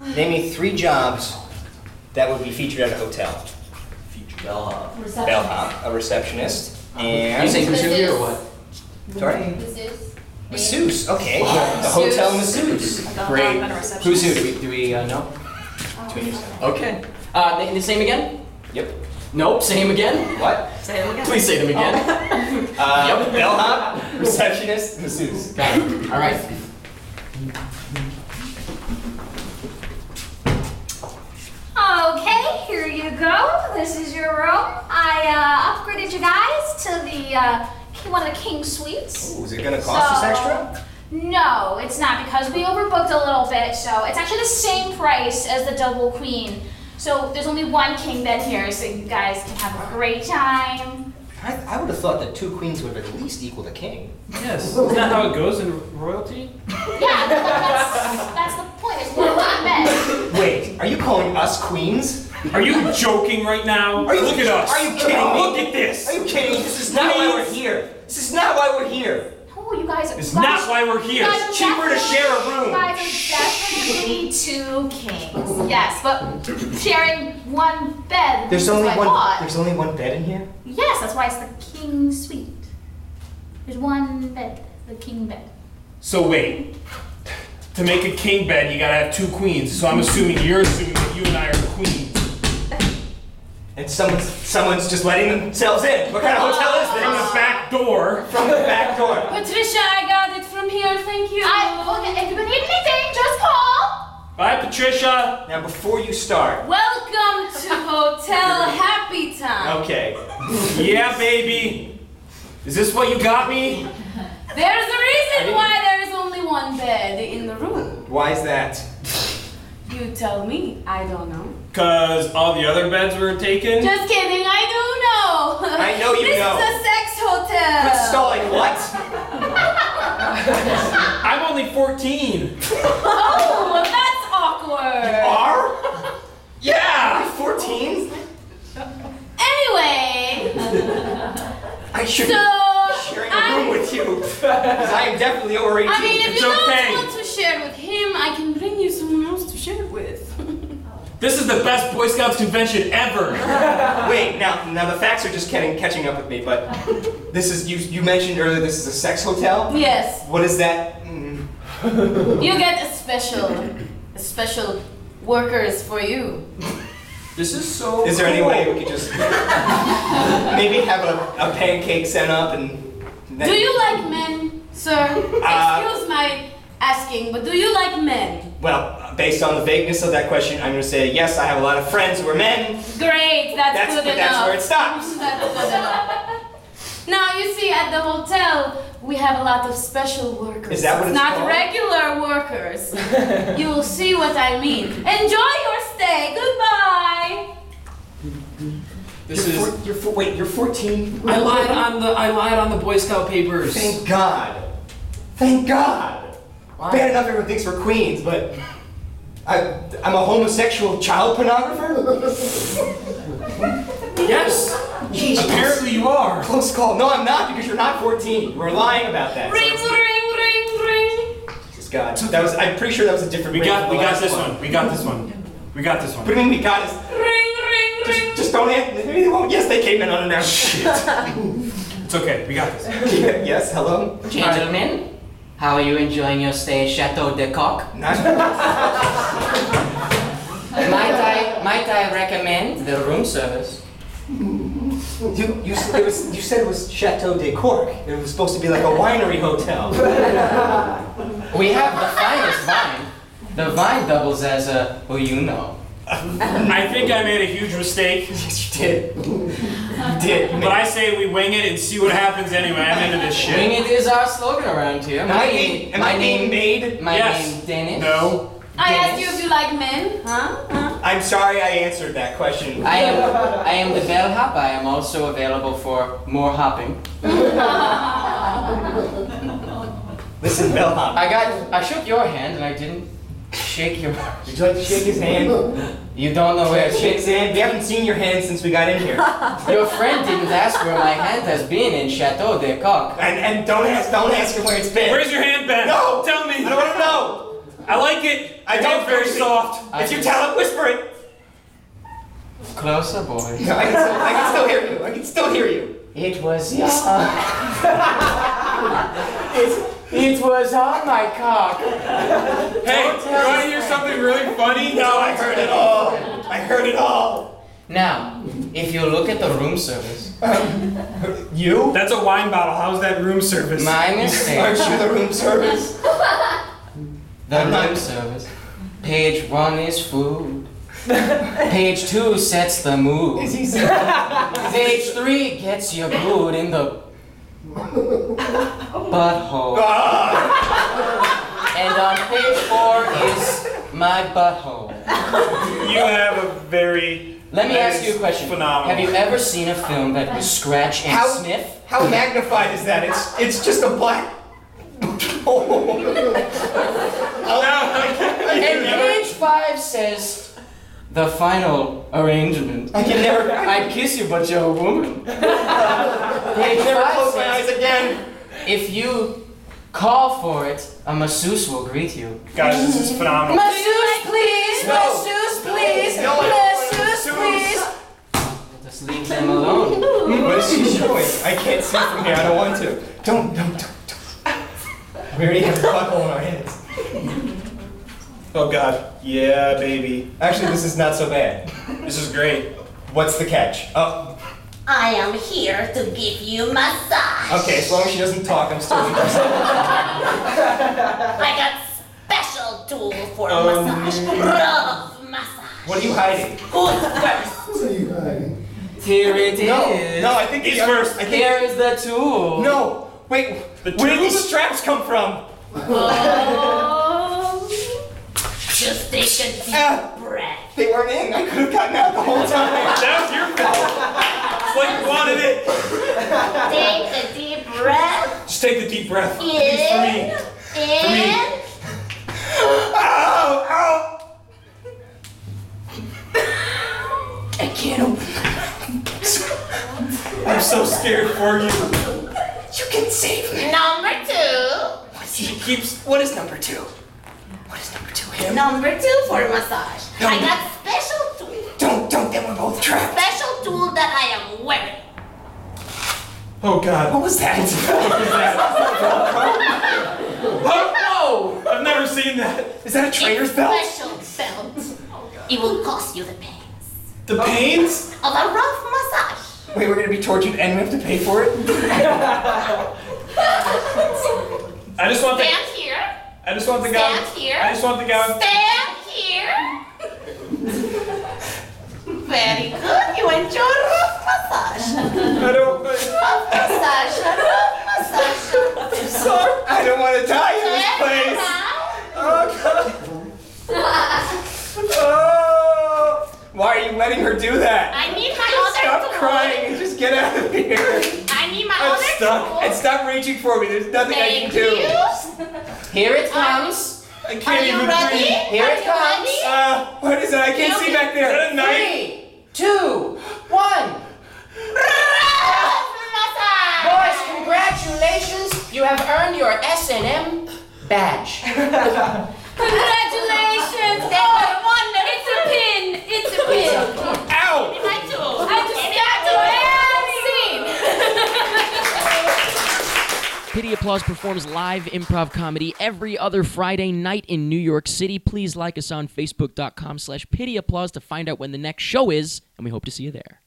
Name me three jobs that would be featured at a hotel. Bellhop. Reception. Bellhop, a receptionist, You and saying Kasugi or what? sorry, Masseuse. masseuse. Okay, a hotel masseuse. Great. a receptionist. Who's who? Do we, do we uh, know? Oh, Two names. Okay. Uh, na- the same again? Yep. Nope. Same again? What? Say them again. Please say Oh. them again. Uh, Yep. Bellhop, receptionist, masseuse. Got it. All right. Okay, here you go. This is your room. I uh, upgraded you guys to the uh, ki- one of the king suites. Ooh, is it gonna cost us So- extra? No, it's not because we overbooked a little bit, so it's actually the same price as the double queen. So there's only one king bed here, so you guys can have a great time. I, I would have thought that two queens would have at least equal the king. Yes. Isn't that how it goes in royalty? Yeah, that's, that's the point. There's only one bed. Wait, are you calling us queens? Are you joking right now? Are you- Look at us. are you kidding me? Look at this. Are you kidding? This is not why we're here. This is not why we're here. Oh, you guys are. it's not why we're here. Guys, It's cheap. cheaper to share a room. You guys are definitely two kings. Yes, but sharing one bed. There's is only what I one. thought. There's only one bed in here. Yes, that's why it's the king suite. There's one bed, the king bed. So wait. To make a king bed, you gotta have two queens. So I'm assuming you're assuming that you and I are the queens. And someone's someone's just letting themselves in. What kind of hotel is From this? the back door. From the back door. Patricia, I got it from here. Thank you. I okay. If you need anything, just call. Bye, Patricia. Now before you start. Welcome to Hotel Happy Time. Okay. Yeah, baby. Is this what you got me? There's a reason why there is only one bed in the room. Why is that? You tell me. I don't know. Cause all the other beds were taken. Just kidding. I do know. I know you this know. is a sex hotel. Quit stalling. What? I'm only 14. Oh, well, that's awkward. R? Yeah. 14? Anyway, I should so sharing a I room with you. 'Cause I am definitely over 18. I mean, if It's you okay. don't want to share with him, I can bring you someone else to share with. This is the best Boy Scouts convention ever. Wait, now now the facts are just getting catching up with me, but this is you you mentioned earlier this is a sex hotel? yes, What is that? Mm. you get a special, a special workers for you. This is so. Is there any way we could just maybe have a, a pancake sent up and then Do you like men, sir? Uh, Excuse my asking, but do you like men? Well, based on the vagueness of that question, I'm gonna say yes, I have a lot of friends who are men. Great, that's, That's good that's enough. where it stops. That's good enough. Now you see, at the hotel we have a lot of special workers. Is that what it's Not called? regular workers. you will see what I mean. Enjoy your stay. Goodbye. This you're is. four- you're four- wait, you're 14? I lied on the. I lied on the Boy Scout papers. Thank God. Thank God. Bad enough everyone thinks we're queens, but I, I'm a homosexual child pornographer? Yes. Apparently you are. Close call. No, I'm not because you're not 14. We're lying about that. Ring, ring, ring, ring. Jesus God. That was, I'm pretty sure that was a different We ring got from we the got last this one. We got this one. We got this What one. do you mean we got it? Ring, ring, ring. Just, just don't answer. Maybe they won't. Yes, they came in unannounced. It's okay. We got this. yes, hello? Gentlemen, how are you enjoying your stay at Chateau de Coq? Not, Might I might I recommend the room service? you, you, s- it was, you said it was Chateau de Cork. It was supposed to be like a winery hotel. We have the finest vine. The vine doubles as a who you know. I think I made a huge mistake, yes, you did. You did. You but made- I say we wing it and see what happens anyway. I'm into this Wing shit. it is our slogan around here. Am I being, am I being made? My Yes. name Dennis. No. I Yes. asked you if you like men, huh? huh? I'm sorry I answered that question. I am I am the bellhop. I am also available for more hopping. Listen, bellhop. I got I shook your hand and I didn't shake your Would you like to shake his hand? You don't know where it Shake his shakes. hand. We haven't seen your hand since we got in here. Your friend didn't ask where my hand has been in Chateau de Coq. And and don't ask don't ask him where it's been. Where's your hand, Ben? No! Tell me. I don't want to know. I like it. I Your don't hand's very think- soft. I It's your can- talent whispering. Closer, boy. No, I can, still, I can still hear you. I can still hear you. It was on. it, it was on my cock. Hey, you want to hear something really funny? No, I heard it all. Oh, I heard it all. Now, if you look at the room service, You? That's a wine bottle. How's that room service? my mistake. Aren't you the room service? The room service. Page one is food. Page two sets the mood. he so- Page three gets your mood in the butthole. Ah, Ah! And on page four is my butthole. You have a very. Let me That ask is you a question. phenomenal. Have you ever seen a film that was scratch and How- sniff? how magnified is that? It's it's just a black. And page five says the final arrangement. I can never. I I'd kiss you, but you're a woman. page can never five close my eyes says again. if you call for it, a masseuse will greet you. Guys, this is phenomenal. Masseuse, please. No. Masseuse, please. No, I don't want a masseuse, masseuse. please. Just leave them alone. What is she showing? I can't see from here. I don't want to. Don't don't don't don't. We already have a buckle in our hands. Oh God. Yeah, baby. Actually, this is not so bad. This is great. What's the catch? Oh, I am here to give you massage. okay. As long as she doesn't talk, I'm still interested. I got special tool for Um, massage. Rough massage. What are you hiding? Who's first? Here it is. No, no. I think He's the- first. I think Here is the tool. no. Wait. The Where did two- these straps come from? Just take a deep Ah. breath. They weren't in. I could have gotten out the whole time. That was your fault. It's like you wanted it. Take a deep breath Just take the deep breath. Please for in. me. In. Ow! Ow! I can't open. I'm so scared for you. You can save me. Number two. She keeps. What is number two? What is number two? Him? Number two for massage. I Number- got special tool. Don't, don't. Then we're both trapped. Special tool that I am wearing. Oh God. What was that? What was that? No. I've never seen that. Is that a trainer's belt? Special belt. It will cost you the pains The pains. of a rough massage. Wait, we're gonna be tortured and we have to pay for it. I just want the. Stand here. I just want the guy. Stand here. I just want the guy. Stand here. Very good. You enjoy rough massage. I don't. I- Rough massage. Rough massage. Sorry. I don't want to die in this Stand place. now. Oh! Why are you letting her do that? I need my other Stop tool. crying and just get out of here. I need my I'm other tool. stuck. And stop reaching for me. There's nothing I can Thank do. you. Here it comes. I can't Are you even ready? breathe. Here Are it you comes. ready? Uh, what is it? I can't see back there. Is that a knife? Three, two, one. Rough massage. Boys, congratulations! You have earned your S&M badge. Congratulations! Oh, wonderful. It's a pin! It's a pin! Ow! My tool. I just stabbed a man! Pity Applause performs live improv comedy every other Friday night in New York City. Please like us on Facebook.com slash Pity Applause to find out when the next show is, and we hope to see you there.